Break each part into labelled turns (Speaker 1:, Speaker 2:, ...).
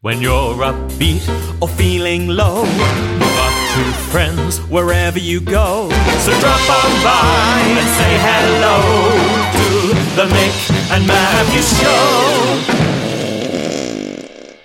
Speaker 1: When you're upbeat or feeling low, move up to friends wherever you go. So drop on by and say hello to the Mick and Matthew Show.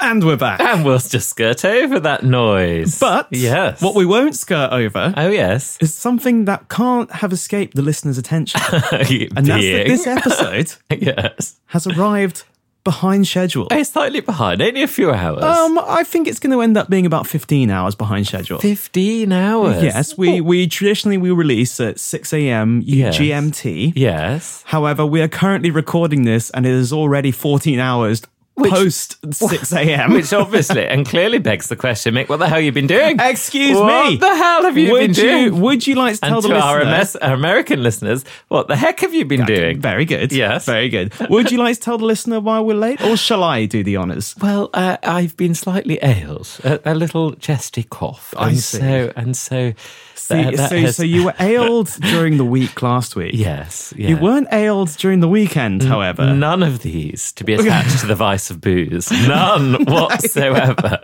Speaker 2: And we're back.
Speaker 3: And we'll just skirt over that noise.
Speaker 2: But
Speaker 3: yes,
Speaker 2: what we won't skirt over
Speaker 3: oh yes,
Speaker 2: is something that can't have escaped the listener's attention. And that's that
Speaker 3: Being.
Speaker 2: this episode
Speaker 3: yes,
Speaker 2: has arrived behind schedule.
Speaker 3: it's slightly behind, only a few hours.
Speaker 2: Um, I think it's going to end up being about 15 hours behind schedule.
Speaker 3: Fifteen hours.
Speaker 2: Yes, we, we traditionally we release at 6 a.m.
Speaker 3: Yes.
Speaker 2: GMT.
Speaker 3: yes.
Speaker 2: However, we are currently recording this and it is already 14 hours post 6 a.m.
Speaker 3: Which obviously and clearly begs the question, Mick, what the hell you been doing?
Speaker 2: Excuse
Speaker 3: What
Speaker 2: me.
Speaker 3: the hell have you
Speaker 2: would
Speaker 3: been
Speaker 2: you,
Speaker 3: doing?
Speaker 2: Would you like to tell
Speaker 3: and
Speaker 2: the
Speaker 3: to our,
Speaker 2: listener?
Speaker 3: MS, our American listeners, what the heck have you been doing?
Speaker 2: Very good.
Speaker 3: Yes.
Speaker 2: Very good. Would you like to tell the listener why we're late, or shall I do the honors?
Speaker 3: Well, uh, I've been slightly ailed, a, a little chesty cough.
Speaker 2: I
Speaker 3: and
Speaker 2: see.
Speaker 3: So, and so,
Speaker 2: So,
Speaker 3: that- that
Speaker 2: so,
Speaker 3: has-
Speaker 2: so you were ailed during the week last week.
Speaker 3: yes, yeah. Mm,
Speaker 2: You weren't ailed during the weekend, however.
Speaker 3: None of these to be attached to the vice of booze. None whatsoever.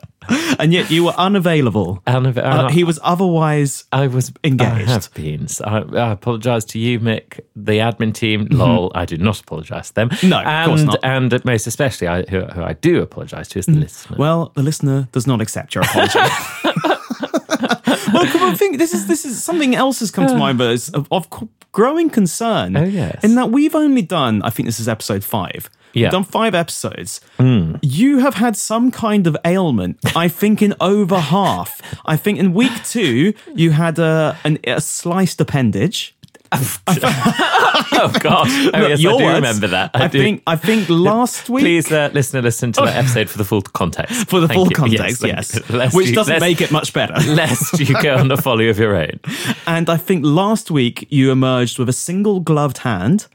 Speaker 2: And yet you were unavailable.
Speaker 3: And if-
Speaker 2: Uh,
Speaker 3: and
Speaker 2: he was otherwise.
Speaker 3: I was
Speaker 2: engaged.
Speaker 3: I have been. So I, I apologise to you, Mick, the admin team. Lol, I do not apologise to them.
Speaker 2: Mm-hmm. No, of
Speaker 3: and
Speaker 2: course not. Mm.
Speaker 3: and most especially, I, who, who I do apologise to is the listener.
Speaker 2: Well, the listener does not accept your apology. well, come on, think this is this is something else has come to mind, but it's of, of co- growing concern.
Speaker 3: Uh. Oh, yes.
Speaker 2: in that we've only done, I think this is episode five.
Speaker 3: Yeah. Mm.
Speaker 2: We've done five episodes. You have had some kind of ailment. I think in over half. I think in week two you had a an, a sliced appendage.
Speaker 3: oh God! Oh,
Speaker 2: Look,
Speaker 3: yes,
Speaker 2: your
Speaker 3: I do
Speaker 2: words.
Speaker 3: remember that. I, do.
Speaker 2: think I think last week.
Speaker 3: Please, uh, listener, listen to that episode for the full context.
Speaker 2: for the
Speaker 3: Thank
Speaker 2: full
Speaker 3: you.
Speaker 2: context,
Speaker 3: thank
Speaker 2: yes,
Speaker 3: you. Lest
Speaker 2: which
Speaker 3: you-
Speaker 2: doesn't
Speaker 3: lest-
Speaker 2: make it much better.
Speaker 3: Lest you go on a folly of your own.
Speaker 2: And I think last week you emerged with a single gloved hand.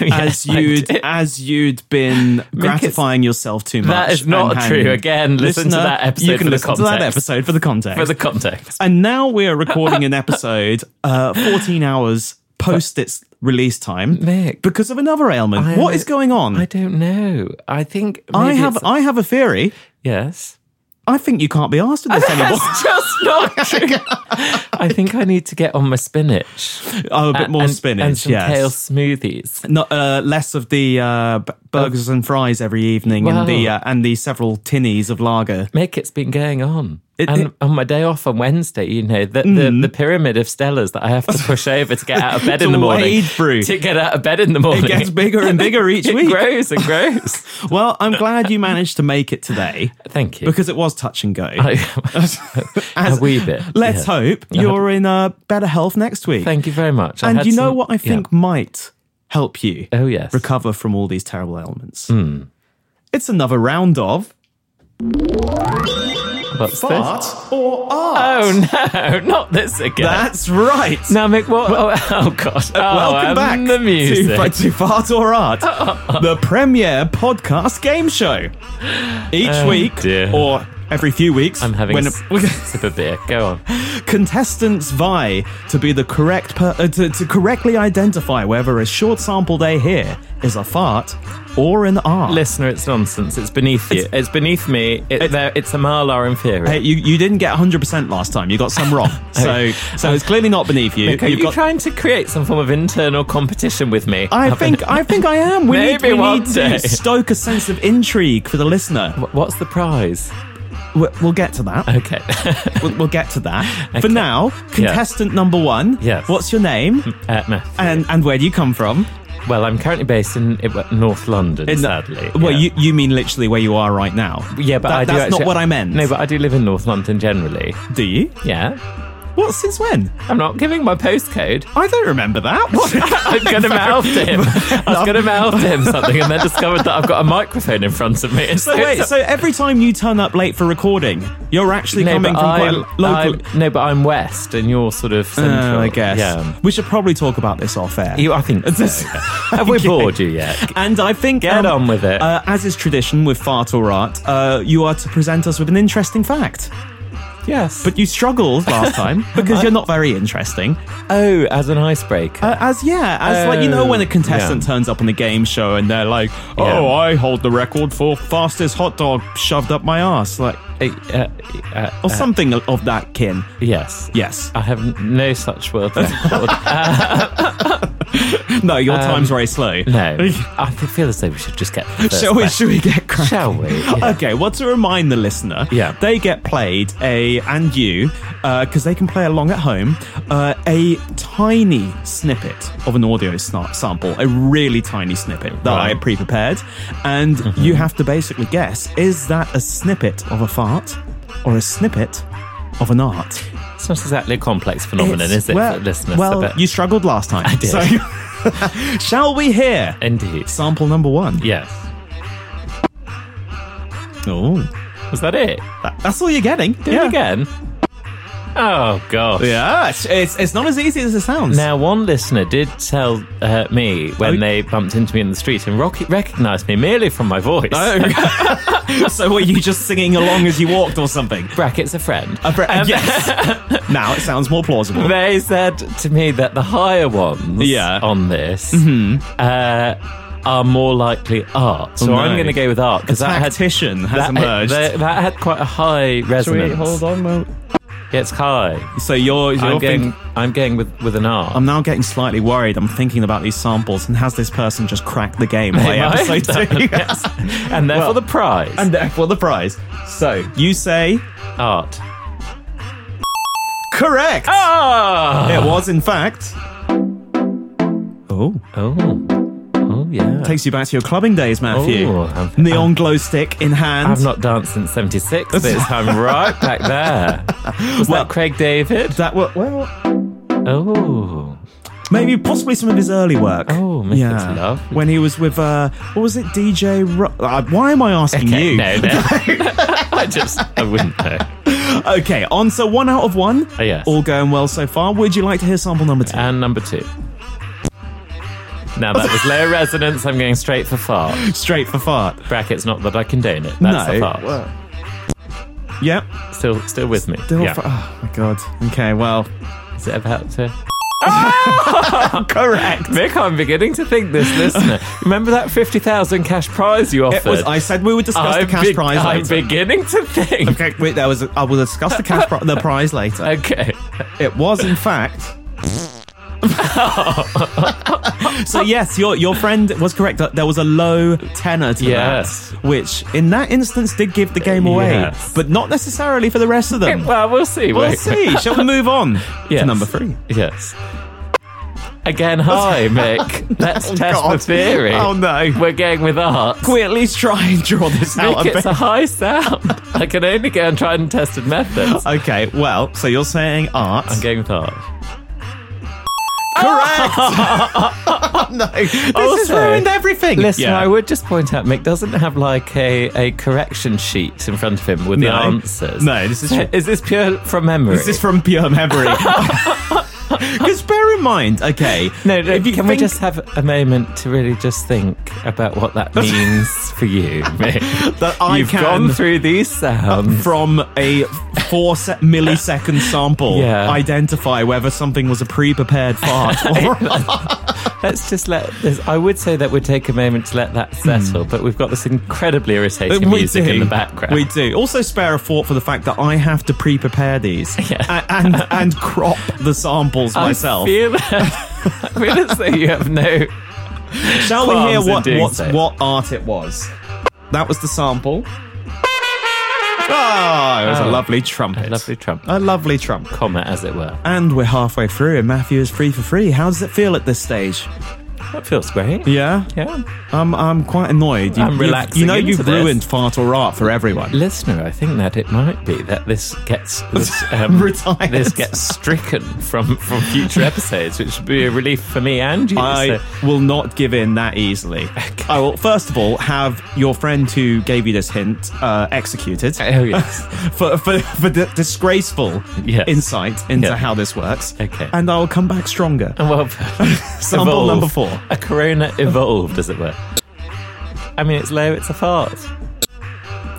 Speaker 3: Yes,
Speaker 2: as
Speaker 3: I
Speaker 2: you'd
Speaker 3: did.
Speaker 2: as you'd been gratifying yourself too much.
Speaker 3: That is not
Speaker 2: and
Speaker 3: true.
Speaker 2: hanging-
Speaker 3: Again, listen to
Speaker 2: Listener,
Speaker 3: that episode
Speaker 2: You can
Speaker 3: for the
Speaker 2: listen to that
Speaker 3: context.
Speaker 2: episode for the context.
Speaker 3: For the context.
Speaker 2: and now we are recording an episode uh, 14 hours post its release time
Speaker 3: Mick.
Speaker 2: because of another ailment.
Speaker 3: I-
Speaker 2: what is going on?
Speaker 3: I don't know. I think
Speaker 2: I
Speaker 3: maybe
Speaker 2: have
Speaker 3: it's-
Speaker 2: I have a theory.
Speaker 3: yes.
Speaker 2: I think you can't be asked with this anymore.
Speaker 3: That's just not true. I think I need to get on my spinach.
Speaker 2: Oh, a bit
Speaker 3: A-
Speaker 2: more
Speaker 3: and,
Speaker 2: spinach.
Speaker 3: and some
Speaker 2: yes.
Speaker 3: kale smoothies.
Speaker 2: not uh, less of the uh, b- burgers and fries every evening,
Speaker 3: Wow.
Speaker 2: and the uh, and the several tinnies of lager.
Speaker 3: Mick, it's been going on.
Speaker 2: It-
Speaker 3: and
Speaker 2: it-
Speaker 3: on my day off on Wednesday, you know, the, the, the pyramid of Stella's that I have to push over to get out of bed in the morning.
Speaker 2: wade through.
Speaker 3: To get out of bed in the morning.
Speaker 2: It gets bigger and bigger each
Speaker 3: It
Speaker 2: week.
Speaker 3: grows and grows.
Speaker 2: Well, I'm glad you managed to make it today
Speaker 3: Thank you.
Speaker 2: because it was touch and go.
Speaker 3: a wee bit.
Speaker 2: Let's
Speaker 3: yeah.
Speaker 2: hope you're in uh, better health next week.
Speaker 3: Thank you very much. I
Speaker 2: and
Speaker 3: had
Speaker 2: you know
Speaker 3: some-
Speaker 2: what I think might help you
Speaker 3: Yeah. Oh yes.
Speaker 2: recover from all these terrible ailments.
Speaker 3: Hmm.
Speaker 2: It's another round of
Speaker 3: What's this?
Speaker 2: fart or art.
Speaker 3: Oh no, not this again.
Speaker 2: That's right.
Speaker 3: Now, Mick, what? Oh, oh gosh. Oh,
Speaker 2: uh, Welcome
Speaker 3: and
Speaker 2: back
Speaker 3: The
Speaker 2: to,
Speaker 3: music.
Speaker 2: Fr- to Fart or Art, the premiere podcast game show. Each week,
Speaker 3: Oh, dear.
Speaker 2: or every few weeks,
Speaker 3: I'm having
Speaker 2: when
Speaker 3: a sip of beer. Go on.
Speaker 2: contestants vie to be the correct per- uh, to, to correctly identify whether a short sample they hear is a fart or an art.
Speaker 3: Listener, it's nonsense. It's beneath you. It's, beneath me. It,
Speaker 2: It's-
Speaker 3: it's, it's a malar inferior.
Speaker 2: Hey, you, you didn't get 100% last time. You got some wrong. So so it's clearly not beneath you.
Speaker 3: Mick, Are
Speaker 2: You've
Speaker 3: you
Speaker 2: got-
Speaker 3: trying to create some form of internal competition with me?
Speaker 2: I think I think I am. We need,
Speaker 3: Maybe
Speaker 2: we
Speaker 3: one
Speaker 2: need to
Speaker 3: day.
Speaker 2: stoke a sense of intrigue for the listener.
Speaker 3: What's the prize?
Speaker 2: We- We'll get to that.
Speaker 3: Okay.
Speaker 2: We'll, we'll get to that. For now, contestant number one.
Speaker 3: Yes.
Speaker 2: What's your name?
Speaker 3: uh, Matthew.
Speaker 2: And and where do you come from?
Speaker 3: Well, I'm currently based in, in North London,
Speaker 2: In-
Speaker 3: sadly.
Speaker 2: Well,
Speaker 3: yeah.
Speaker 2: you, you mean literally where you are right now.
Speaker 3: Yeah, but
Speaker 2: That-
Speaker 3: I do
Speaker 2: that's
Speaker 3: actually-
Speaker 2: not what I meant.
Speaker 3: No, but I do live in North London generally.
Speaker 2: do you?
Speaker 3: Yeah.
Speaker 2: What? Since when?
Speaker 3: I'm not giving my postcode.
Speaker 2: I don't remember that. What?
Speaker 3: I'm going to mouth him. I was going to mouth him something and then discovered that I've got a microphone in front of me.
Speaker 2: so wait. So every time you turn up late for recording, you're actually
Speaker 3: no,
Speaker 2: coming
Speaker 3: but
Speaker 2: from
Speaker 3: I'm,
Speaker 2: quite local.
Speaker 3: I'm- no, but I'm west and you're sort of central.
Speaker 2: Uh, I guess.
Speaker 3: Yeah.
Speaker 2: We should probably talk about this off air.
Speaker 3: You, I think. So. yeah. Have we
Speaker 2: Okay.
Speaker 3: bored you yet?
Speaker 2: and I think um,
Speaker 3: Get on with it.
Speaker 2: Uh, as is tradition with fart or art, uh, you are to present us with an interesting fact.
Speaker 3: Yes.
Speaker 2: But you struggled last time because you're not very interesting.
Speaker 3: oh, as an icebreaker.
Speaker 2: Uh, as yeah, as like you know when a
Speaker 3: Oh,
Speaker 2: contestant
Speaker 3: yeah.
Speaker 2: turns up on a game show and they're like, "Oh,
Speaker 3: Yeah.
Speaker 2: I hold the record for fastest hot dog shoved up my ass," like
Speaker 3: Uh, uh, uh,
Speaker 2: or something of that kin.
Speaker 3: yes.
Speaker 2: Yes.
Speaker 3: I have n- no such world record.
Speaker 2: No, your time's very slow.
Speaker 3: uh, um, no. I feel as though we should just get. the first
Speaker 2: Shall we?
Speaker 3: question.
Speaker 2: Should we get cracking?
Speaker 3: Shall we? Yeah.
Speaker 2: Okay. Well, to remind the listener,
Speaker 3: Yeah.
Speaker 2: they get played a and you because they can play along at home uh, a tiny snippet of an audio sna- sample, a really tiny snippet that I
Speaker 3: Right. Mm-hmm.
Speaker 2: pre-prepared, and you have to basically guess: is that a snippet of a fart or a snippet of an art?
Speaker 3: It's not exactly a complex phenomenon,
Speaker 2: It's-
Speaker 3: is it,
Speaker 2: Well,
Speaker 3: for listeners?
Speaker 2: well,
Speaker 3: But-
Speaker 2: you struggled last time. I
Speaker 3: did.
Speaker 2: So, shall we hear
Speaker 3: Indeed.
Speaker 2: sample number one?
Speaker 3: Yes.
Speaker 2: Oh.
Speaker 3: Was that it?
Speaker 2: That's all you're getting.
Speaker 3: Do it again. Oh, gosh.
Speaker 2: Yeah, it's, it's it's not as easy as it sounds.
Speaker 3: Now, one listener did tell uh, me when
Speaker 2: Oh.
Speaker 3: they bumped into me in the street and rock- recognized me merely from my voice.
Speaker 2: Oh, so were you just singing along as you walked or something?
Speaker 3: Brackets a friend.
Speaker 2: A bre- yes. now it sounds more plausible.
Speaker 3: They said to me that the higher ones
Speaker 2: Yeah. Mm-hmm.
Speaker 3: on this uh, are more likely art. So
Speaker 2: Oh, no.
Speaker 3: I'm going to go with art because that had
Speaker 2: Tactician has
Speaker 3: that,
Speaker 2: emerged.
Speaker 3: that, that had quite a high resonance.
Speaker 2: on?
Speaker 3: It's high.
Speaker 2: So you're, you're
Speaker 3: I'm
Speaker 2: thinking- Um,
Speaker 3: going. I'm going with with an art.
Speaker 2: I'm now getting slightly worried. I'm thinking about these samples and has this person just cracked the game by
Speaker 3: They might.
Speaker 2: episode two?
Speaker 3: Yes. and therefore
Speaker 2: Well-
Speaker 3: the prize
Speaker 2: And therefore the prize. So you say
Speaker 3: art.
Speaker 2: correct.
Speaker 3: Ah.
Speaker 2: It was in fact. Oh.
Speaker 3: Oh. Oh yeah.
Speaker 2: Takes you back to your clubbing days, Matthew.
Speaker 3: Ooh, I've-
Speaker 2: Neon glow stick in hand.
Speaker 3: Oh, Um, I've not danced since '76, but it's- I'm right back there. Was
Speaker 2: Well-
Speaker 3: that Craig David?
Speaker 2: That were, well,
Speaker 3: Oh,
Speaker 2: maybe possibly some of his early work.
Speaker 3: Oh, Make It to Love.
Speaker 2: When he was with uh, what was it, DJ? Ru- uh, why am I asking
Speaker 3: okay,
Speaker 2: you?
Speaker 3: no, no. I just, I wouldn't know.
Speaker 2: Okay, on so one out of one.
Speaker 3: Oh, yes.
Speaker 2: All going well so far. Would you like to hear sample number two?
Speaker 3: And number two. Now that was low resonance. I'm going straight for fart.
Speaker 2: Straight for fart.
Speaker 3: Brackets, not that I condone it. That's
Speaker 2: no.
Speaker 3: the fart.
Speaker 2: Well, Yep.
Speaker 3: Still, still with me.
Speaker 2: Still
Speaker 3: yeah.
Speaker 2: for- oh my god. Okay. Well,
Speaker 3: Is it about to?
Speaker 2: correct.
Speaker 3: Mick, I'm beginning to think this listener. Remember that fifty thousand cash prize you offered?
Speaker 2: It was. I said we would discuss
Speaker 3: I'm
Speaker 2: the cash
Speaker 3: beg-
Speaker 2: prize
Speaker 3: I'm
Speaker 2: later.
Speaker 3: beginning to think.
Speaker 2: Okay, wait, there was. A, I will discuss the cash pri- the prize later.
Speaker 3: Okay.
Speaker 2: It was, in fact. so yes, your your friend was correct. There was a low tenor to
Speaker 3: Yes.
Speaker 2: that, which in that instance did give the game away,
Speaker 3: Yes.
Speaker 2: but not necessarily for the rest of them.
Speaker 3: Well, we'll see.
Speaker 2: We'll
Speaker 3: won't
Speaker 2: see. Shall we move on
Speaker 3: Yes.
Speaker 2: to number three?
Speaker 3: Yes. Again, hi, Mick. Let's test the
Speaker 2: God.
Speaker 3: theory.
Speaker 2: Oh no!
Speaker 3: We're going with art.
Speaker 2: Can we at least try and draw this out
Speaker 3: Mick,
Speaker 2: a bit?
Speaker 3: it's a high sound. I can only go on tried and tested methods.
Speaker 2: okay, well, so you're saying art?
Speaker 3: I'm going with art.
Speaker 2: Correct. no, this has
Speaker 3: Also-
Speaker 2: ruined everything.
Speaker 3: Listen,
Speaker 2: Yeah.
Speaker 3: I would just point out Mick doesn't have like a, a correction sheet in front of him with
Speaker 2: No.
Speaker 3: the answers.
Speaker 2: No, this is
Speaker 3: So
Speaker 2: true.
Speaker 3: Is this pure from memory?
Speaker 2: This is from pure memory. Because bear in mind, okay.
Speaker 3: no, no,
Speaker 2: if you
Speaker 3: can we
Speaker 2: think-
Speaker 3: just have a moment to really just think about what that means for you, Mick?
Speaker 2: That I
Speaker 3: You've
Speaker 2: can-
Speaker 3: gone through these sounds.
Speaker 2: From a four se- millisecond sample,
Speaker 3: Yeah.
Speaker 2: identify whether something was a pre prepared fart or.
Speaker 3: Let's just let this. I would say that we'd take a moment to let that settle, but we've got this incredibly irritating music in the background.
Speaker 2: We do. Also, spare a thought for the fact that I have to pre prepare these
Speaker 3: Yeah.
Speaker 2: a- and, and crop the samples
Speaker 3: I
Speaker 2: myself.
Speaker 3: Feel, I feel as though you have no.
Speaker 2: Shall we hear
Speaker 3: qualms in
Speaker 2: what,
Speaker 3: doing
Speaker 2: what,
Speaker 3: so.
Speaker 2: what art it was? That was the sample. Oh, it was a
Speaker 3: Oh.
Speaker 2: lovely trumpet.
Speaker 3: Lovely Trump
Speaker 2: A lovely trumpet.
Speaker 3: comment, as it were.
Speaker 2: And we're halfway through, and Matthew is free for free. How does it feel at this stage?
Speaker 3: That feels great.
Speaker 2: Yeah,
Speaker 3: Yeah.
Speaker 2: I'm. I'm quite annoyed. You,
Speaker 3: I'm
Speaker 2: you've-
Speaker 3: relaxing
Speaker 2: You know,
Speaker 3: into
Speaker 2: you've
Speaker 3: this.
Speaker 2: ruined fart or art for everyone.
Speaker 3: Listener, I think that it might be that this gets this, um,
Speaker 2: Retired.
Speaker 3: This gets stricken from from future episodes, which would be a relief for me and you.
Speaker 2: I
Speaker 3: so-
Speaker 2: will not give in that easily. I will first of all have your friend who gave you this hint uh, executed
Speaker 3: Oh yes.
Speaker 2: for for, for the disgraceful
Speaker 3: Yes.
Speaker 2: insight into
Speaker 3: Yeah.
Speaker 2: how this works.
Speaker 3: Okay.
Speaker 2: and I will come back stronger.
Speaker 3: Well,
Speaker 2: Sample
Speaker 3: evolve.
Speaker 2: number four.
Speaker 3: A corona evolved, as it were. I mean, it's low, it's a fart.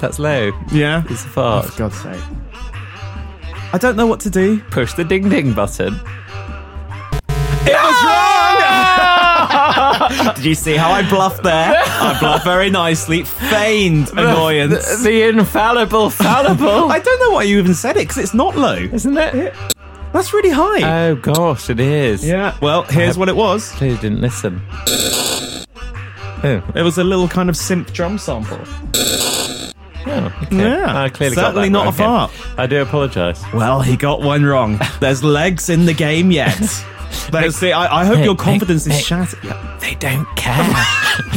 Speaker 3: That's low.
Speaker 2: Yeah.
Speaker 3: It's a fart.
Speaker 2: God's sake. I don't know what to do.
Speaker 3: Push the ding ding button.
Speaker 2: It was wrong! Did you see how I bluffed there? I bluffed very nicely, feigned annoyance.
Speaker 3: The, the infallible fallible.
Speaker 2: I don't know why you even said it because it's not low.
Speaker 3: Isn't it?
Speaker 2: That's really high.
Speaker 3: Oh gosh, it is.
Speaker 2: yeah. Well, here's what it was.
Speaker 3: Clearly didn't listen.
Speaker 2: It was a little kind of synth drum sample.
Speaker 3: Oh, okay.
Speaker 2: Yeah.
Speaker 3: I clearly got
Speaker 2: Certainly
Speaker 3: that
Speaker 2: not a
Speaker 3: wrong then.
Speaker 2: fart.
Speaker 3: I do apologise.
Speaker 2: Well, he got one wrong. There's legs in the game yet. That's it. I, I hope your confidence is shattered. Yeah.
Speaker 3: They don't care.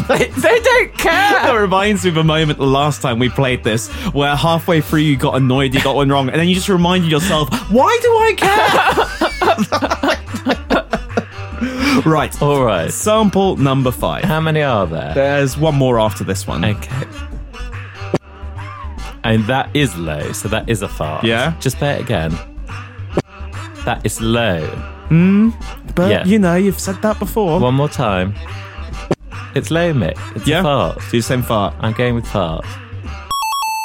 Speaker 3: they, they don't care.
Speaker 2: That reminds me of a moment the last time we played this where halfway through you got annoyed, you got one wrong, and then you just reminded yourself, why do I care? right.
Speaker 3: All right.
Speaker 2: Sample number five.
Speaker 3: How many are there?
Speaker 2: There's one more after this one.
Speaker 3: Okay. And that is low, so that is a fart.
Speaker 2: Yeah.
Speaker 3: Just play it again. That is low.
Speaker 2: But
Speaker 3: yeah.
Speaker 2: you know, you've said that before.
Speaker 3: One more time. It's low, Mick. It's
Speaker 2: yeah.
Speaker 3: a fart.
Speaker 2: Do the same fart.
Speaker 3: I'm going with fart.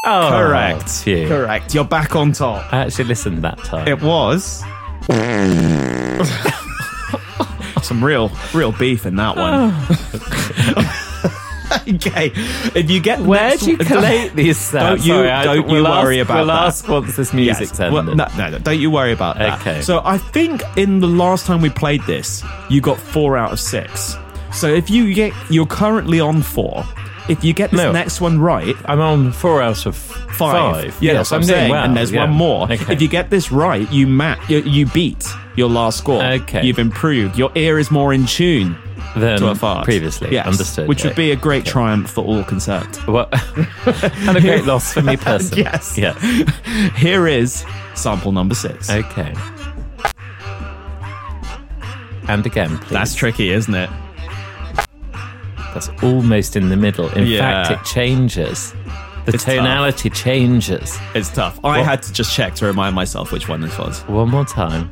Speaker 3: Oh,
Speaker 2: Correct.
Speaker 3: phew.
Speaker 2: Correct. You're back on top.
Speaker 3: I actually listened that time.
Speaker 2: It was. Some real, real beef in that one.
Speaker 3: Oh.
Speaker 2: okay. If you get
Speaker 3: Where
Speaker 2: next-
Speaker 3: do you collate these sounds?
Speaker 2: Don't you-
Speaker 3: Sorry, I-
Speaker 2: don't you
Speaker 3: we'll ask-
Speaker 2: worry about
Speaker 3: we'll
Speaker 2: that.
Speaker 3: ask once this music's
Speaker 2: Yes.
Speaker 3: ended.
Speaker 2: Well, no, no, no, don't you worry about that.
Speaker 3: Okay.
Speaker 2: So I think in the last time we played this, you got four out of six. So if you get, you're currently on four. If you get this
Speaker 3: No.
Speaker 2: next one right,
Speaker 3: I'm on four out of
Speaker 2: five.
Speaker 3: five.
Speaker 2: Yeah, that's what I'm saying.
Speaker 3: well,
Speaker 2: and there's
Speaker 3: yeah.
Speaker 2: one more.
Speaker 3: Okay.
Speaker 2: If you get this right, you mat you, you beat your last score.
Speaker 3: Okay.
Speaker 2: You've improved. Your ear is more in tune
Speaker 3: Then
Speaker 2: to a fart.
Speaker 3: previously
Speaker 2: Yes.
Speaker 3: understood,
Speaker 2: Which would
Speaker 3: okay.
Speaker 2: be a great triumph for all concerned.
Speaker 3: Well, and a great loss for me personally.
Speaker 2: Yes.
Speaker 3: Yeah.
Speaker 2: Here is sample number six.
Speaker 3: Okay. And again, please.
Speaker 2: That's tricky, isn't it?
Speaker 3: That's almost in the middle. In
Speaker 2: Yeah.
Speaker 3: fact, it changes. The
Speaker 2: It's tough.
Speaker 3: tonality changes.
Speaker 2: It's tough. I had to just check to remind myself which one this was.
Speaker 3: One more time.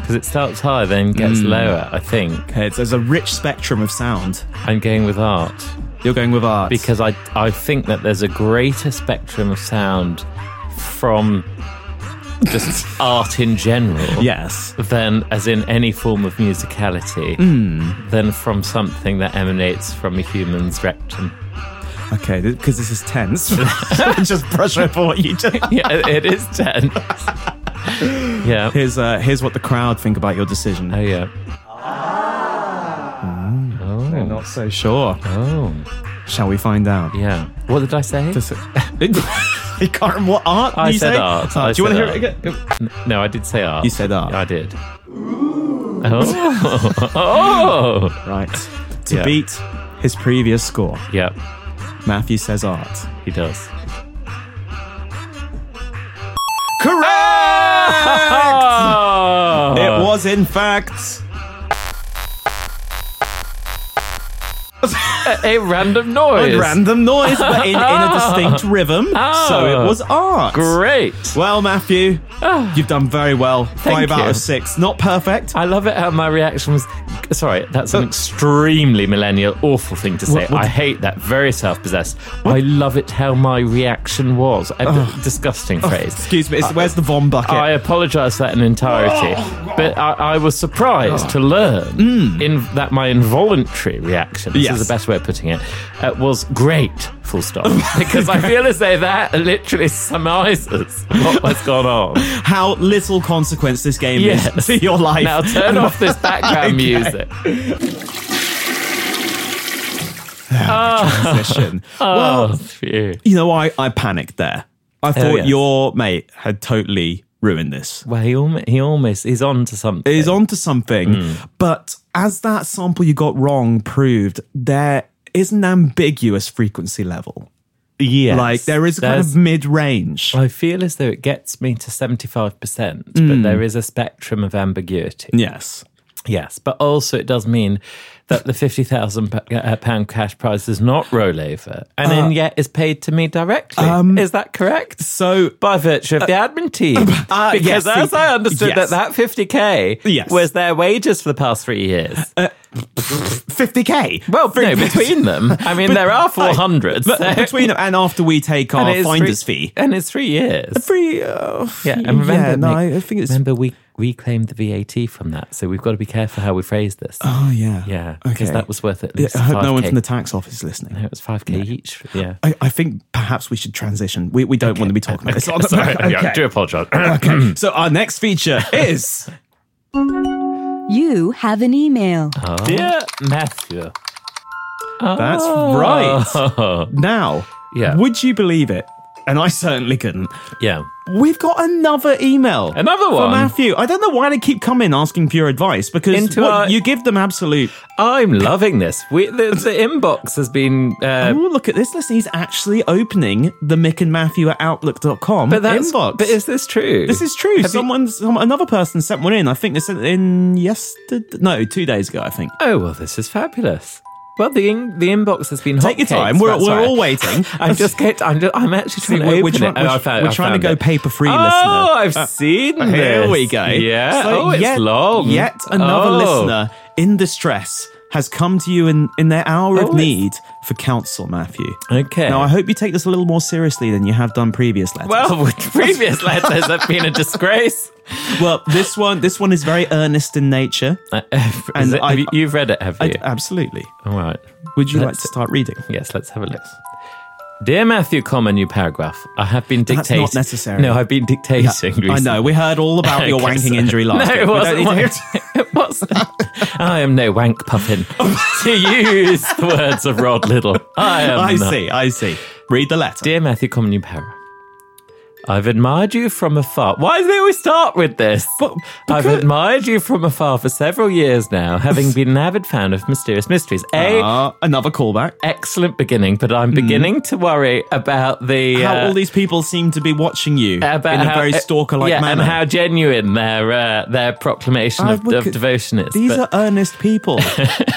Speaker 3: Because it starts high, then
Speaker 2: Hmm.
Speaker 3: gets lower, I think.
Speaker 2: Okay, it's, there's a rich spectrum of sound.
Speaker 3: I'm going with art.
Speaker 2: You're going with art.
Speaker 3: because I I think that there's a greater spectrum of sound from just art in general
Speaker 2: yes.
Speaker 3: than as in any form of musicality
Speaker 2: Hmm.
Speaker 3: than from something that emanates from a human's rectum.
Speaker 2: Okay, because this is tense. just brush over what you just.
Speaker 3: Yeah, it is tense. yeah.
Speaker 2: Here's uh, here's what the crowd think about your decision.
Speaker 3: Oh yeah.
Speaker 2: They're not so sure.
Speaker 3: Oh
Speaker 2: Shall we find out?
Speaker 3: yeah. What did I say?
Speaker 2: I can't remember what art
Speaker 3: I
Speaker 2: you
Speaker 3: said
Speaker 2: say?
Speaker 3: art.
Speaker 2: Oh,
Speaker 3: I
Speaker 2: do you want to
Speaker 3: said
Speaker 2: hear it again?
Speaker 3: N- No, I did say art.
Speaker 2: You said art.
Speaker 3: I did. Oh. oh.
Speaker 2: Right. To
Speaker 3: Yeah.
Speaker 2: beat his previous score,
Speaker 3: Yep.
Speaker 2: Matthew says art.
Speaker 3: He does.
Speaker 2: Correct!
Speaker 3: Oh.
Speaker 2: It was, in fact.
Speaker 3: a random noise.
Speaker 2: A random noise, but in, in a distinct rhythm. So it
Speaker 3: Ah.
Speaker 2: was art.
Speaker 3: Great.
Speaker 2: Well, Matthew, you've done very well. Five out
Speaker 3: Ah. you. Ah.
Speaker 2: of six. Not perfect.
Speaker 3: I love it how my reaction was. Sorry, that's an extremely millennial, awful thing to say.
Speaker 2: Oh. What- what-
Speaker 3: I hate that. Very self possessed. I love it how my reaction was. A
Speaker 2: Oh.
Speaker 3: disgusting phrase.
Speaker 2: Excuse me. It's, where's the vom bucket?
Speaker 3: Ah. I apologise for that in entirety,
Speaker 2: Oh.
Speaker 3: but I, I was surprised to learn in that my involuntary reaction, this
Speaker 2: Mm. Yes. Oh
Speaker 3: is the best way of putting it, uh, was great. Full stop. Because I feel as though that literally summises what has gone on.
Speaker 2: How little consequence this game is
Speaker 3: Yes.
Speaker 2: to your life.
Speaker 3: Now turn off this background
Speaker 2: Okay.
Speaker 3: music.
Speaker 2: Position.
Speaker 3: Oh,
Speaker 2: well,
Speaker 3: phew.
Speaker 2: you know, I, I panicked there. I thought
Speaker 3: yes.
Speaker 2: your mate had totally ruined this.
Speaker 3: Well, he almost, he almost is on to something.
Speaker 2: He's onto something,
Speaker 3: Hmm.
Speaker 2: but as that sample you got wrong proved, there is an ambiguous frequency level.
Speaker 3: yes.
Speaker 2: Like there is a kind
Speaker 3: There's-
Speaker 2: of mid range.
Speaker 3: I feel as though it gets me to 75%,
Speaker 2: Mm.
Speaker 3: but there is a spectrum of ambiguity.
Speaker 2: Yes.
Speaker 3: Yes, but also it does mean that the fifty thousand uh, pound cash prize does not roll over, and
Speaker 2: Uh,
Speaker 3: then yet is paid to me directly.
Speaker 2: um,
Speaker 3: is that correct?
Speaker 2: So
Speaker 3: By virtue of the admin team,
Speaker 2: uh, yes,
Speaker 3: because as
Speaker 2: see,
Speaker 3: I understood
Speaker 2: yes.
Speaker 3: that that fifty k
Speaker 2: Yes. Uh,
Speaker 3: was their wages for the past three years.
Speaker 2: 50k.
Speaker 3: Well, no, between them. I mean, there are
Speaker 2: Aye.
Speaker 3: 400.
Speaker 2: But uh,
Speaker 3: so-
Speaker 2: between them and after we take
Speaker 3: And
Speaker 2: our
Speaker 3: it is
Speaker 2: finder's
Speaker 3: three-
Speaker 2: fee.
Speaker 3: And it's three years.
Speaker 2: Free, uh,
Speaker 3: Yeah, and remember,
Speaker 2: yeah, no,
Speaker 3: Nick,
Speaker 2: I think it's.
Speaker 3: remember we we claimed the VAT from that, so we've got to be careful how we phrase this.
Speaker 2: oh, yeah.
Speaker 3: yeah, because
Speaker 2: Okay.
Speaker 3: that was worth at
Speaker 2: Yeah,
Speaker 3: least
Speaker 2: I hope
Speaker 3: 5K.
Speaker 2: no one from the tax office is listening.
Speaker 3: No, it was five k each. Yeah.
Speaker 2: I, I think perhaps we should transition. We, we don't want to be talking about this. on the-
Speaker 3: Sorry, yeah, I
Speaker 2: okay.
Speaker 3: do apologize.
Speaker 2: So our next feature is
Speaker 4: You have an email.
Speaker 3: Dear Matthew.
Speaker 2: that's right.
Speaker 3: Oh,
Speaker 2: Now,
Speaker 3: Yeah.
Speaker 2: would you believe it? And I certainly couldn't.
Speaker 3: yeah.
Speaker 2: We've got another email.
Speaker 3: Another one?
Speaker 2: From Matthew. I don't know why they keep coming asking for your advice because
Speaker 3: Into
Speaker 2: what,
Speaker 3: our-
Speaker 2: you give them absolute.
Speaker 3: I'm loving this. We, the, the inbox has been. Uh,
Speaker 2: oh, look at this. Listen, he's actually opening the Mick and Matthew at outlook.com
Speaker 3: but that's.
Speaker 2: inbox.
Speaker 3: But is this true?
Speaker 2: This is true.
Speaker 3: Have you-
Speaker 2: Someone, some, another person sent one in. I think they sent it in yesterday. No, two days ago. I think.
Speaker 3: Oh well, this is fabulous. Well, the in, the inbox has been.
Speaker 2: Take your
Speaker 3: hotcakes,
Speaker 2: time. We're,
Speaker 3: that's
Speaker 2: we're
Speaker 3: why.
Speaker 2: all waiting.
Speaker 3: I'm just get, I'm just, I'm actually trying
Speaker 2: See, we're-
Speaker 3: to open
Speaker 2: we're trying-
Speaker 3: it. Oh,
Speaker 2: we're-
Speaker 3: I found-
Speaker 2: we're
Speaker 3: I
Speaker 2: trying to
Speaker 3: found
Speaker 2: go
Speaker 3: it.
Speaker 2: paper-free,
Speaker 3: Oh,
Speaker 2: listener. Uh, oh,
Speaker 3: I've seen
Speaker 2: Here
Speaker 3: this.
Speaker 2: we go.
Speaker 3: Oh, Yeah.
Speaker 2: So
Speaker 3: oh, it's
Speaker 2: yet,
Speaker 3: long.
Speaker 2: Yet another
Speaker 3: Oh.
Speaker 2: listener in distress has come to you in, in their hour
Speaker 3: Oh,
Speaker 2: of
Speaker 3: it's-
Speaker 2: need for counsel, Matthew.
Speaker 3: Okay.
Speaker 2: Now, I hope you take this a little more seriously than you have done previous letters.
Speaker 3: well, with previous letters have been a disgrace.
Speaker 2: Well, this one, this one is very earnest in nature.
Speaker 3: Uh,
Speaker 2: And
Speaker 3: is it,
Speaker 2: I-
Speaker 3: have you, you've read it, have
Speaker 2: I-
Speaker 3: you?
Speaker 2: absolutely.
Speaker 3: all right.
Speaker 2: Would you like
Speaker 3: Let's-
Speaker 2: to start reading?
Speaker 3: Yes, let's have a look. Dear Matthew, comma new paragraph. I have been
Speaker 2: That's not
Speaker 3: dictating.
Speaker 2: necessary.
Speaker 3: No, I've been dictating.
Speaker 2: I know. We heard all about your
Speaker 3: Okay,
Speaker 2: wanking
Speaker 3: so-
Speaker 2: injury last
Speaker 3: no,
Speaker 2: week.
Speaker 3: it
Speaker 2: We don't
Speaker 3: wasn't
Speaker 2: need to hear it.
Speaker 3: wanking. It wasn't. I am no wank puffin. to use the words of Rod Little, I am.
Speaker 2: Oh. I
Speaker 3: not.
Speaker 2: see. I see. Read the letter.
Speaker 3: Dear Matthew Common Para, I've admired you from afar. Why do they always start with this?
Speaker 2: But-
Speaker 3: I've
Speaker 2: because-
Speaker 3: admired you from afar for several years now, having been an avid fan of Mysterious Mysteries. A,
Speaker 2: Ah, another callback.
Speaker 3: excellent beginning, but I'm beginning to worry about the.
Speaker 2: How
Speaker 3: uh,
Speaker 2: all these people seem to be watching you
Speaker 3: about
Speaker 2: in a
Speaker 3: how-
Speaker 2: very
Speaker 3: uh,
Speaker 2: stalker-like
Speaker 3: yeah,
Speaker 2: manner.
Speaker 3: and how genuine their uh, their proclamation
Speaker 2: I
Speaker 3: of,
Speaker 2: would
Speaker 3: of
Speaker 2: co-
Speaker 3: devotion is.
Speaker 2: These
Speaker 3: but-
Speaker 2: are earnest people.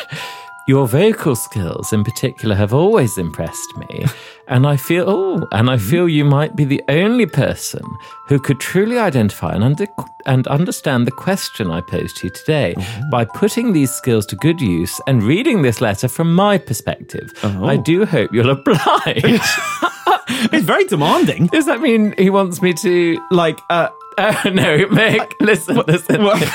Speaker 3: Your vocal skills in particular have always impressed me, and I feel oh, and I feel you might be the only person who could truly identify and under, and understand the question I posed to you today by putting these skills to good use and reading this letter from my perspective. I do hope you'll oblige.
Speaker 2: it's very demanding.
Speaker 3: Does that mean he wants me to
Speaker 2: Like, uh,
Speaker 3: Oh no, Mick! listen, listen.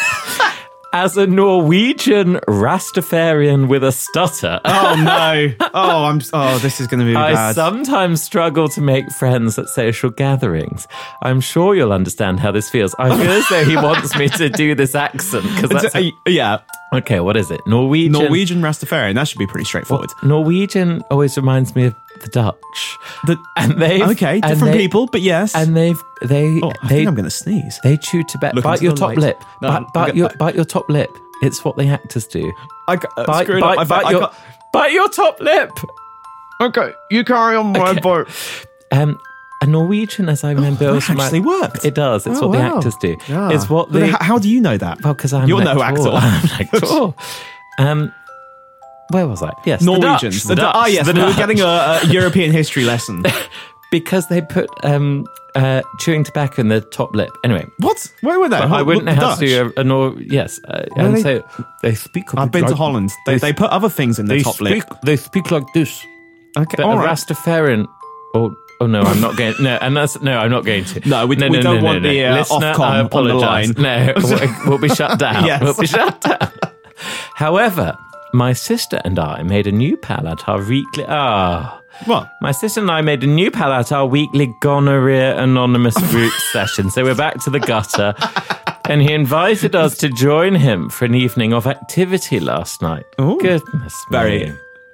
Speaker 3: As a Norwegian Rastafarian with a stutter,
Speaker 2: oh no. Oh, I'm. Oh, this is going to be
Speaker 3: I
Speaker 2: bad.
Speaker 3: sometimes struggle to make friends at social gatherings. I'm sure you'll understand how this feels. I feel as though he wants me to do this accent because that's
Speaker 2: Uh, yeah,
Speaker 3: okay. What is it? Norwegian.
Speaker 2: Norwegian Rastafarian. That should be pretty straightforward.
Speaker 3: Norwegian always reminds me of the Dutch,
Speaker 2: The-
Speaker 3: and they
Speaker 2: okay, different people, but yes.
Speaker 3: and they've they
Speaker 2: oh, I
Speaker 3: they
Speaker 2: think I'm going to sneeze.
Speaker 3: They chew tobacco.
Speaker 2: Look
Speaker 3: Bite
Speaker 2: into
Speaker 3: your
Speaker 2: the
Speaker 3: top
Speaker 2: light.
Speaker 3: lip.
Speaker 2: No,
Speaker 3: bite,
Speaker 2: I'm
Speaker 3: bite
Speaker 2: gonna-
Speaker 3: your bite your top lip. It's what the actors do.
Speaker 2: I, ca- uh,
Speaker 3: Bite,
Speaker 2: screwed up.
Speaker 3: bite,
Speaker 2: I,
Speaker 3: bite
Speaker 2: I,
Speaker 3: your
Speaker 2: got-
Speaker 3: bite your top lip.
Speaker 1: Okay, you carry on my boat.
Speaker 3: Um, a Norwegian, as I
Speaker 2: Oh,
Speaker 3: remember,
Speaker 2: that
Speaker 3: also might-
Speaker 2: actually worked.
Speaker 3: It does. It's
Speaker 2: Oh,
Speaker 3: what
Speaker 2: wow.
Speaker 3: the actors do.
Speaker 2: Ah.
Speaker 3: It's what
Speaker 2: But
Speaker 3: the
Speaker 2: h- how do you know that?
Speaker 3: well because I'm
Speaker 2: You're
Speaker 3: an
Speaker 2: no actor.
Speaker 3: I'm an actor. um, where was I? Yes,
Speaker 2: Norwegians.
Speaker 3: The Dutch, the Dutch,
Speaker 2: Ah, yes,
Speaker 3: the
Speaker 2: we were
Speaker 3: Dutch.
Speaker 2: getting a, a European history lesson.
Speaker 3: because they put um, uh, chewing tobacco in the top lip. Anyway,
Speaker 2: what? Where were they?
Speaker 3: I wouldn't know
Speaker 2: The
Speaker 3: how to
Speaker 2: oh, Dutch?
Speaker 3: do a, a Nor. Yes, uh, and
Speaker 2: they-
Speaker 3: so they speak. a
Speaker 2: I've
Speaker 3: bit
Speaker 2: been to
Speaker 3: like-
Speaker 2: Holland. They, they put other things in their top lip.
Speaker 3: They speak like this.
Speaker 2: Okay,
Speaker 3: But
Speaker 2: all
Speaker 3: a
Speaker 2: right.
Speaker 3: Rastafarian. Oh, oh no, I'm not going. No, and that's no, I'm not going to.
Speaker 2: No, we- we don't want the, uh,
Speaker 3: Listener,
Speaker 2: Ofcom on
Speaker 3: I
Speaker 2: the
Speaker 3: apologise.
Speaker 2: line.
Speaker 3: No, we'll, we'll be shut down.
Speaker 2: Yes.
Speaker 3: We'll be shut down. However, my sister and I made a new pal at our weekly. Ah.
Speaker 2: What?
Speaker 3: My sister and I made a new pal at our weekly gonorrhea anonymous group session. So we're back to the gutter. And he invited us to join him for an evening of activity last night.
Speaker 2: Ooh.
Speaker 3: Goodness me.
Speaker 2: Very,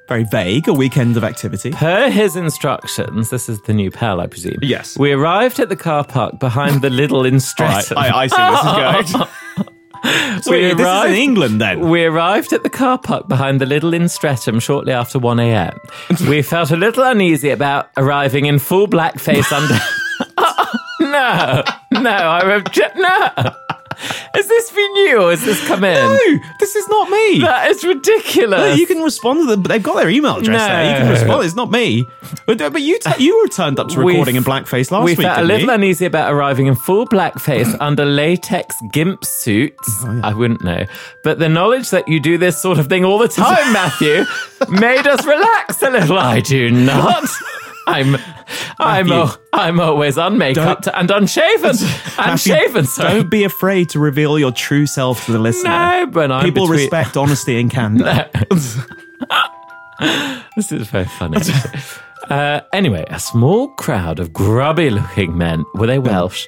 Speaker 2: very vague. A weekend of activity.
Speaker 3: Per his instructions, this is the new pal, I presume.
Speaker 2: Yes.
Speaker 3: We arrived at the car park behind the Little in Streatham.
Speaker 2: I see where this is going. so
Speaker 3: We
Speaker 2: wait, this is in
Speaker 3: arrived-
Speaker 2: England then.
Speaker 3: We arrived at the car park behind the Little in Streatham shortly after 1 a.m. We felt a little uneasy about arriving in full blackface under. no, no, I object. No. Has this been you or has this come in?
Speaker 2: No, this is not me.
Speaker 3: That is
Speaker 2: No,
Speaker 3: ridiculous.
Speaker 2: you can respond to them, but they've got their email address
Speaker 3: No.
Speaker 2: there. You can respond. It's not me. But, but you t- you were turned up to
Speaker 3: We
Speaker 2: recording in
Speaker 3: f-
Speaker 2: blackface last
Speaker 3: we
Speaker 2: week.
Speaker 3: felt a
Speaker 2: didn't
Speaker 3: little
Speaker 2: you?
Speaker 3: uneasy about arriving in full blackface under latex gimp
Speaker 2: Oh,
Speaker 3: suits. I wouldn't know. But the knowledge that you do this sort of thing all the time, Matthew, made us relax a little. I do not. I'm I'm
Speaker 2: Matthew.
Speaker 3: al- I'm always unmakeuped and unshaven.
Speaker 2: Matthew,
Speaker 3: Unshaven, sorry.
Speaker 2: Don't be afraid to reveal your true self to the listener.
Speaker 3: No, but I'm
Speaker 2: People
Speaker 3: between-
Speaker 2: respect honesty and candor.
Speaker 3: This is very funny. actually. Uh, anyway, a small crowd of grubby looking men, were they Welsh,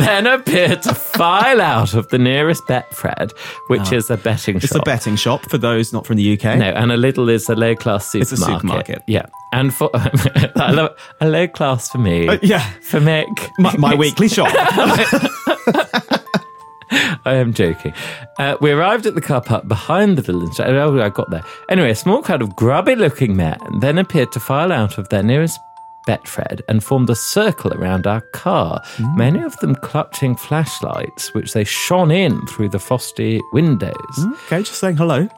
Speaker 3: then appeared to file out of the nearest Betfred, which is a betting
Speaker 2: Ah. It's
Speaker 3: shop.
Speaker 2: a betting shop for those not from the UK.
Speaker 3: No, and a little is a low class supermarket.
Speaker 2: a supermarket.
Speaker 3: Yeah. And for I love a low class for me.
Speaker 2: Uh, yeah.
Speaker 3: For Mick.
Speaker 2: My, my weekly shop.
Speaker 3: I am joking. Uh, we arrived at the car park behind the village. Oh, I got there. Anyway, a small crowd of grubby looking men then appeared to file out of their nearest Betfred and formed a circle around our car, many of them clutching flashlights, which they shone in through the frosty windows.
Speaker 2: okay, just saying hello.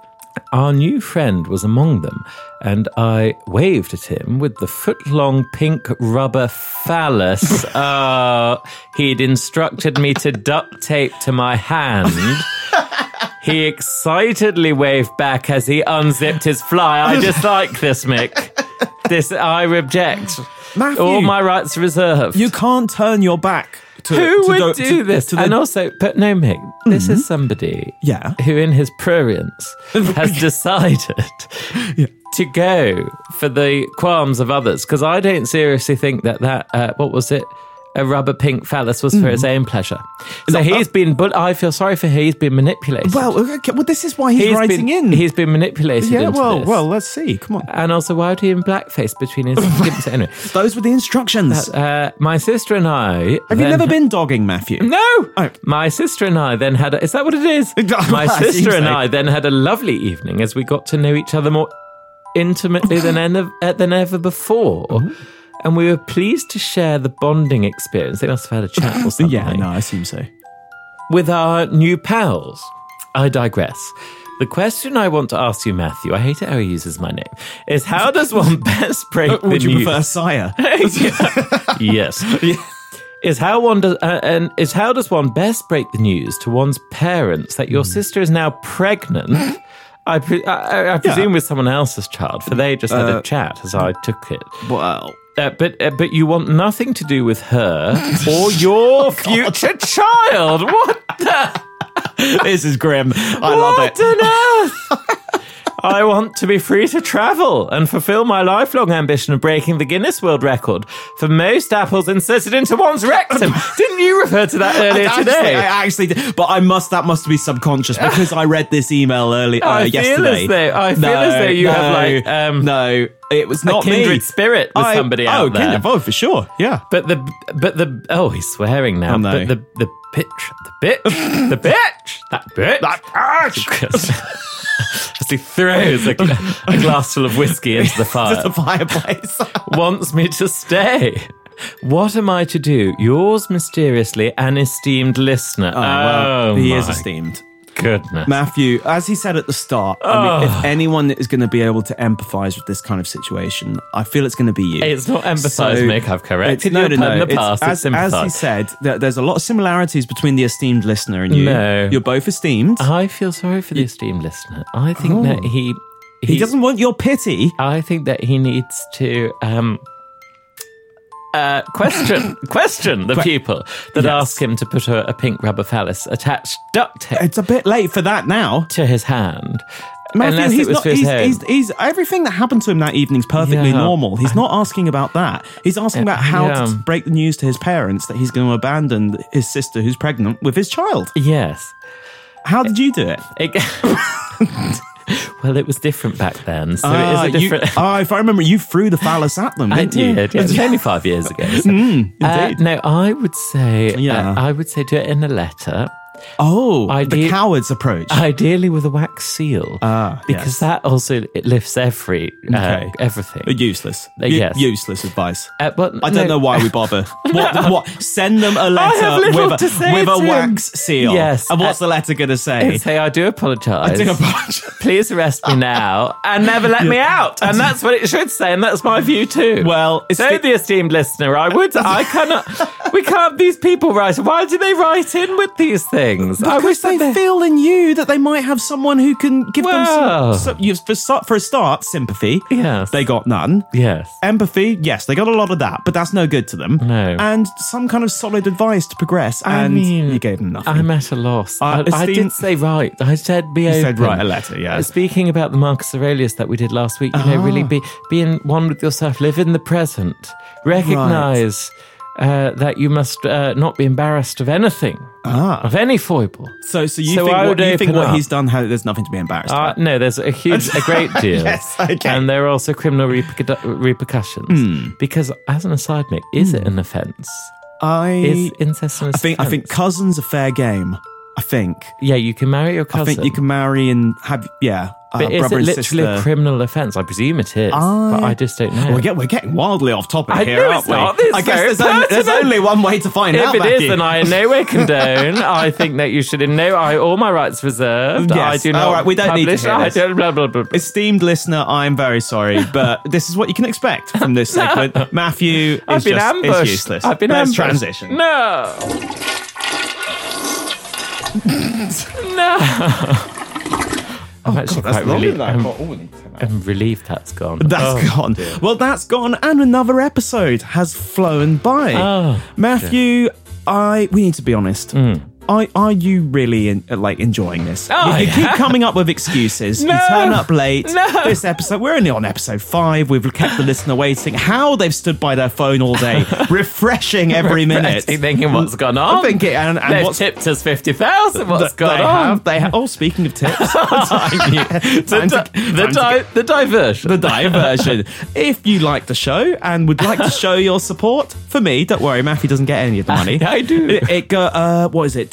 Speaker 3: Our new friend was among them, and I waved at him with the foot long pink rubber phallus uh, he'd instructed me to duct tape to my hand. He excitedly waved back as he unzipped his fly. I dislike this, Mick. This I reject.
Speaker 2: Matthew.
Speaker 3: All my rights reserved.
Speaker 2: You can't turn your back to
Speaker 3: Who
Speaker 2: to
Speaker 3: would
Speaker 2: tho-
Speaker 3: do
Speaker 2: to-
Speaker 3: this?
Speaker 2: to the- Mm-hmm.
Speaker 3: and also, but no, Mick, this is somebody
Speaker 2: Yeah.
Speaker 3: who, in his prurience, has decided to go for the qualms of others. Because I don't seriously think that that, uh, what was it? A rubber pink phallus was for his
Speaker 2: Mm-hmm.
Speaker 3: own pleasure. So he's been, but I feel sorry for him. He's been manipulated.
Speaker 2: well, okay, well, this is why he's,
Speaker 3: he's
Speaker 2: writing
Speaker 3: been,
Speaker 2: in.
Speaker 3: He's been manipulated.
Speaker 2: yeah,
Speaker 3: into
Speaker 2: well,
Speaker 3: this.
Speaker 2: well, let's see. Come on.
Speaker 3: And also, why would he in blackface between his lips? Anyway,
Speaker 2: Those were the instructions.
Speaker 3: uh, my sister and I.
Speaker 2: Have you never been dogging, Matthew?
Speaker 3: No.
Speaker 2: Oh.
Speaker 3: My sister and I then had. A, is that what it is? My
Speaker 2: I think
Speaker 3: sister and
Speaker 2: so.
Speaker 3: I then had a lovely evening as we got to know each other more intimately than ever, uh, than ever before.
Speaker 2: Mm-hmm.
Speaker 3: And we were pleased to share the bonding experience. They must have had a chat or something
Speaker 2: Yeah, no, I assume so.
Speaker 3: with our new pals. I digress. The question I want to ask you, Matthew, I hate it how he uses my name, is how does one best break the
Speaker 2: Would you
Speaker 3: news?
Speaker 2: prefer sire?
Speaker 3: yes. Is how one does, uh, and is how does one best break the news to one's parents that
Speaker 2: Hmm.
Speaker 3: your sister is now pregnant? I, pre- I, I- I presume with someone else's child, for they just had
Speaker 2: Uh,
Speaker 3: a chat as I took it.
Speaker 2: well,
Speaker 3: Uh, but uh, but you want nothing to do with her or
Speaker 2: Oh,
Speaker 3: your future child. What
Speaker 2: this is grim. I
Speaker 3: what on earth? I want to be free to travel and fulfill my lifelong ambition of breaking the Guinness World Record for most apples inserted into one's rectum. Didn't you refer to that earlier
Speaker 2: I actually,
Speaker 3: today?
Speaker 2: I actually did, but I must. That must be subconscious because I read this email early uh,
Speaker 3: I feel
Speaker 2: yesterday.
Speaker 3: as though- I feel as though you have, like, um,
Speaker 2: no, it was
Speaker 3: a
Speaker 2: not me.
Speaker 3: kindred spirit with
Speaker 2: I-
Speaker 3: somebody
Speaker 2: oh,
Speaker 3: out there.
Speaker 2: kindred, oh, for sure. Yeah,
Speaker 3: But the but the oh he's swearing now.
Speaker 2: Oh, no.
Speaker 3: But the the bitch the bitch the bitch that bitch that bitch. As he throws a, gla- a glass full of whiskey into the fire,
Speaker 2: just a fireplace.
Speaker 3: wants me to stay. What am I to do? Yours mysteriously, an esteemed listener. Oh,
Speaker 2: Well, he is
Speaker 3: my
Speaker 2: esteemed.
Speaker 3: goodness.
Speaker 2: Matthew, as he said at the start, I mean,
Speaker 3: Oh.
Speaker 2: if anyone is going to be able to empathise with this kind of situation, I feel it's going to be you.
Speaker 3: It's not empathise,
Speaker 2: So-
Speaker 3: Mick. I've corrected
Speaker 2: It's-
Speaker 3: you in the
Speaker 2: It's-
Speaker 3: past. It's,
Speaker 2: as, as he
Speaker 3: sympathise.
Speaker 2: said, there- there's a lot of similarities between the esteemed listener and you.
Speaker 3: No. Uh,
Speaker 2: You're both esteemed.
Speaker 3: I feel sorry for the esteemed listener. I think that he
Speaker 2: Oh. he doesn't want your pity.
Speaker 3: I think that he needs to um, uh, question question the people that ask him to put a, a pink rubber phallus attached duct tape
Speaker 2: It's a bit late for that now.
Speaker 3: to his hand.
Speaker 2: Matthew,
Speaker 3: unless
Speaker 2: he's
Speaker 3: it was
Speaker 2: not.
Speaker 3: for his
Speaker 2: He's,
Speaker 3: own.
Speaker 2: he's, he's everything that happened to him that evening's perfectly
Speaker 3: Yeah. Uh,
Speaker 2: normal. He's not asking about that. He's asking about how
Speaker 3: yeah.
Speaker 2: to break the news to his parents that he's going to abandon his sister who's pregnant with his child.
Speaker 3: yes.
Speaker 2: How did you do it?
Speaker 3: It- well, it was different back then, so
Speaker 2: Ah,
Speaker 3: it is a
Speaker 2: you-
Speaker 3: different.
Speaker 2: ah, if I remember, you threw the phallus at them.
Speaker 3: I
Speaker 2: didn't you?
Speaker 3: did. Yeah, it was only five years ago. so. Uh,
Speaker 2: Mm, indeed.
Speaker 3: no, I would say.
Speaker 2: Yeah.
Speaker 3: uh, I would say do it in a letter.
Speaker 2: Oh,
Speaker 3: I
Speaker 2: the
Speaker 3: did-
Speaker 2: coward's approach.
Speaker 3: Ideally with a wax seal,
Speaker 2: Ah,
Speaker 3: because
Speaker 2: yes.
Speaker 3: that also it lifts every uh,
Speaker 2: Okay.
Speaker 3: everything.
Speaker 2: useless.
Speaker 3: Uh,
Speaker 2: U-
Speaker 3: yes.
Speaker 2: Useless advice.
Speaker 3: Uh, but
Speaker 2: I don't
Speaker 3: no-
Speaker 2: know why we bother. What? what? Send them a
Speaker 3: have
Speaker 2: letter
Speaker 3: little
Speaker 2: with
Speaker 3: to
Speaker 2: a,
Speaker 3: say
Speaker 2: with a
Speaker 3: to 'em.
Speaker 2: wax seal.
Speaker 3: Yes.
Speaker 2: And what's the letter going to say?
Speaker 3: Say I do apologize.
Speaker 2: I do apologize.
Speaker 3: Please arrest me now and never let me out. And that's what it should say, and that's my view too.
Speaker 2: Well, it's
Speaker 3: so
Speaker 2: the-
Speaker 3: the, esteemed listener, I would, I cannot, we can't. These people write. Why do they write in with these things? I wish
Speaker 2: Because
Speaker 3: that
Speaker 2: they feel in you that they might have someone who can give
Speaker 3: Well.
Speaker 2: them some, some you, for, so- for a start sympathy.
Speaker 3: Yes.
Speaker 2: they got none.
Speaker 3: Yes.
Speaker 2: Empathy, yes, they got a lot of that, but that's no good to them.
Speaker 3: No.
Speaker 2: and some kind of solid advice to progress. And
Speaker 3: mean,
Speaker 2: you gave them nothing.
Speaker 3: I'm at a loss. I, I
Speaker 2: esteemed-
Speaker 3: did say right. I said be open.
Speaker 2: said write a letter, yeah. Ah.
Speaker 3: Uh, Speaking about the Marcus Aurelius that we did last week, you know, really be be in one with yourself. Live in the present. Recognize uh, that you must uh, not be embarrassed of anything,
Speaker 2: Ah.
Speaker 3: of any foible.
Speaker 2: so, so you
Speaker 3: so
Speaker 2: think
Speaker 3: I
Speaker 2: what,
Speaker 3: would
Speaker 2: you think
Speaker 3: open
Speaker 2: what
Speaker 3: up.
Speaker 2: he's done? How there's nothing to be embarrassed.
Speaker 3: Uh,
Speaker 2: about.
Speaker 3: no, there's a huge, a great deal.
Speaker 2: Ah. Yes, okay. Hmm.
Speaker 3: And there are also criminal repercu- repercussions. Because, as an aside, Nick, is it an offence? Is
Speaker 2: I,
Speaker 3: incest an
Speaker 2: I think I think
Speaker 3: offence?
Speaker 2: cousins a fair game. I think.
Speaker 3: Yeah, you can marry your cousin.
Speaker 2: I think you can marry and have yeah. Uh,
Speaker 3: But is
Speaker 2: brother
Speaker 3: it
Speaker 2: and
Speaker 3: literally
Speaker 2: sister. Ah,
Speaker 3: a criminal offence? I presume it is, but
Speaker 2: I-
Speaker 3: I just don't know.
Speaker 2: We're, get, we're getting wildly off topic
Speaker 3: I
Speaker 2: here,
Speaker 3: know
Speaker 2: aren't
Speaker 3: it's
Speaker 2: we?
Speaker 3: not. This
Speaker 2: I
Speaker 3: is
Speaker 2: guess
Speaker 3: very
Speaker 2: there's only, there's
Speaker 3: pertinent.
Speaker 2: only one way to find
Speaker 3: if
Speaker 2: out.
Speaker 3: it
Speaker 2: Becky.
Speaker 3: is, then I in no way condone. I think that you should in no I all my rights reserved.
Speaker 2: Yes.
Speaker 3: I do
Speaker 2: All
Speaker 3: not.
Speaker 2: right, we don't need to
Speaker 3: publish-
Speaker 2: hear
Speaker 3: I
Speaker 2: this.
Speaker 3: don't blah blah blah. blah.
Speaker 2: Esteemed listener, I'm very sorry, but this is what you can expect from this segment. Matthew is
Speaker 3: I've been
Speaker 2: just is
Speaker 3: ambushed.
Speaker 2: useless.
Speaker 3: I've been
Speaker 2: Let's
Speaker 3: ambushed.
Speaker 2: transition.
Speaker 3: No. no.
Speaker 2: Oh,
Speaker 3: I'm actually quite relieved. I'm, I'm relieved that's gone.
Speaker 2: That's
Speaker 3: Oh.
Speaker 2: gone. Well, that's gone, and another episode has flown by.
Speaker 3: Oh, Hmm.
Speaker 2: Matthew, I we need to be honest. I, are you really in, like enjoying this?
Speaker 3: Oh,
Speaker 2: you you
Speaker 3: yeah.
Speaker 2: keep coming up with excuses.
Speaker 3: No.
Speaker 2: You turn up late.
Speaker 3: No.
Speaker 2: This episode, we're only on episode five. We've kept the listener waiting. How they've stood by their phone all day, refreshing every minute.
Speaker 3: Actually Thinking what's gone on.
Speaker 2: I'm thinking, and, and
Speaker 3: They've
Speaker 2: what's
Speaker 3: tipped us fifty thousand. What's
Speaker 2: that
Speaker 3: gone
Speaker 2: they
Speaker 3: on?
Speaker 2: Have, they have. Oh, speaking of tips, time, yeah, time to-
Speaker 3: Di- the,
Speaker 2: time to
Speaker 3: di- the diversion.
Speaker 2: the diversion. if you like the show and would like to show your support for me, don't worry, Matthew doesn't get any of the money.
Speaker 3: I do.
Speaker 2: It, it go, uh, what is it?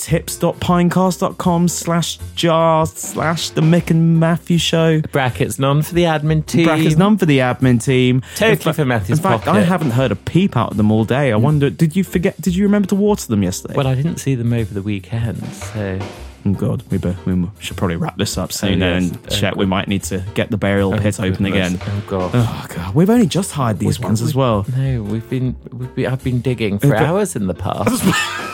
Speaker 2: Tips.pinecast.com slash jar slash the Mick and Matthew show.
Speaker 3: Brackets none for the admin team.
Speaker 2: Brackets none for the admin team.
Speaker 3: Totally
Speaker 2: In fa-
Speaker 3: for Matthew's
Speaker 2: In fact, I
Speaker 3: pocket.
Speaker 2: haven't heard a peep out of them all day. I wonder, did you forget? Did you remember to water them yesterday?
Speaker 3: Well, I didn't see them over the weekend, so
Speaker 2: oh God, we, be, we should probably wrap this up soon
Speaker 3: yes.
Speaker 2: and check. We might need to get the burial pit open
Speaker 3: goodness.
Speaker 2: again.
Speaker 3: Oh god.
Speaker 2: Oh God, we've only just hired these ones as well.
Speaker 3: No, we've been, we've been I've been digging for
Speaker 2: but-
Speaker 3: hours in the past.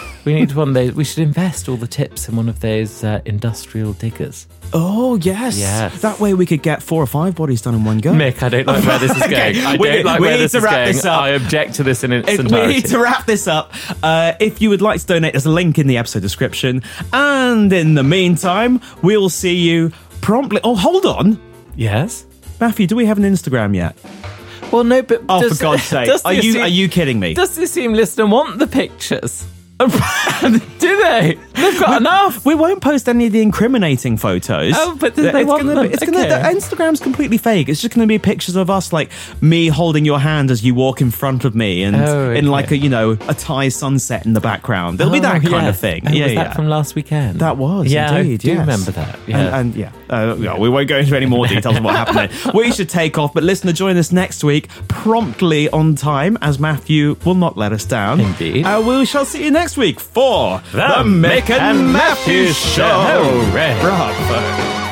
Speaker 3: we need one of those. We should invest all the tips in one of those uh, industrial diggers.
Speaker 2: Oh yes.
Speaker 3: Yes.
Speaker 2: That way we could get four or five bodies done in one go.
Speaker 3: Mick, I don't like where this is going.
Speaker 2: Okay,
Speaker 3: I don't
Speaker 2: we-
Speaker 3: like
Speaker 2: we
Speaker 3: where
Speaker 2: need
Speaker 3: this
Speaker 2: to
Speaker 3: is
Speaker 2: wrap
Speaker 3: going.
Speaker 2: this up.
Speaker 3: I object to this in its
Speaker 2: If we
Speaker 3: entirety.
Speaker 2: need to wrap this up. Uh, if you would like to donate, there's a link in the episode description. And in the meantime, we'll see you promptly. Oh, hold on,
Speaker 3: yes.
Speaker 2: Matthew. Do we have an Instagram yet?
Speaker 3: Well, no, but
Speaker 2: Oh,
Speaker 3: does-
Speaker 2: for God's sake!
Speaker 3: does the
Speaker 2: Are you
Speaker 3: assume-
Speaker 2: are you kidding me?
Speaker 3: Does the assumed listener want the pictures? Do they? They've got enough.
Speaker 2: We won't post any of the incriminating photos.
Speaker 3: Oh, but then they
Speaker 2: it's
Speaker 3: want
Speaker 2: gonna
Speaker 3: them.
Speaker 2: Be, it's gonna,
Speaker 3: Okay.
Speaker 2: the Instagram's completely fake. It's just going to be pictures of us, like me holding your hand as you walk in front of me, and
Speaker 3: Oh,
Speaker 2: in
Speaker 3: okay.
Speaker 2: like a you know a Thai sunset in the background. There'll be
Speaker 3: Oh,
Speaker 2: that kind
Speaker 3: yeah.
Speaker 2: of thing.
Speaker 3: Oh,
Speaker 2: yeah,
Speaker 3: was
Speaker 2: yeah.
Speaker 3: that from last weekend?
Speaker 2: That was
Speaker 3: yeah, I
Speaker 2: indeed.
Speaker 3: do
Speaker 2: yes.
Speaker 3: remember that. Yeah.
Speaker 2: And, and yeah, uh, yeah, we won't go into any more details of what happened. There. We should take off, but listener, join us next week promptly on time, as Matthew will not let us down.
Speaker 3: Indeed.
Speaker 2: uh, we shall see you next week for
Speaker 3: The Mick and Matthew Show. Hooray.
Speaker 2: Bravo.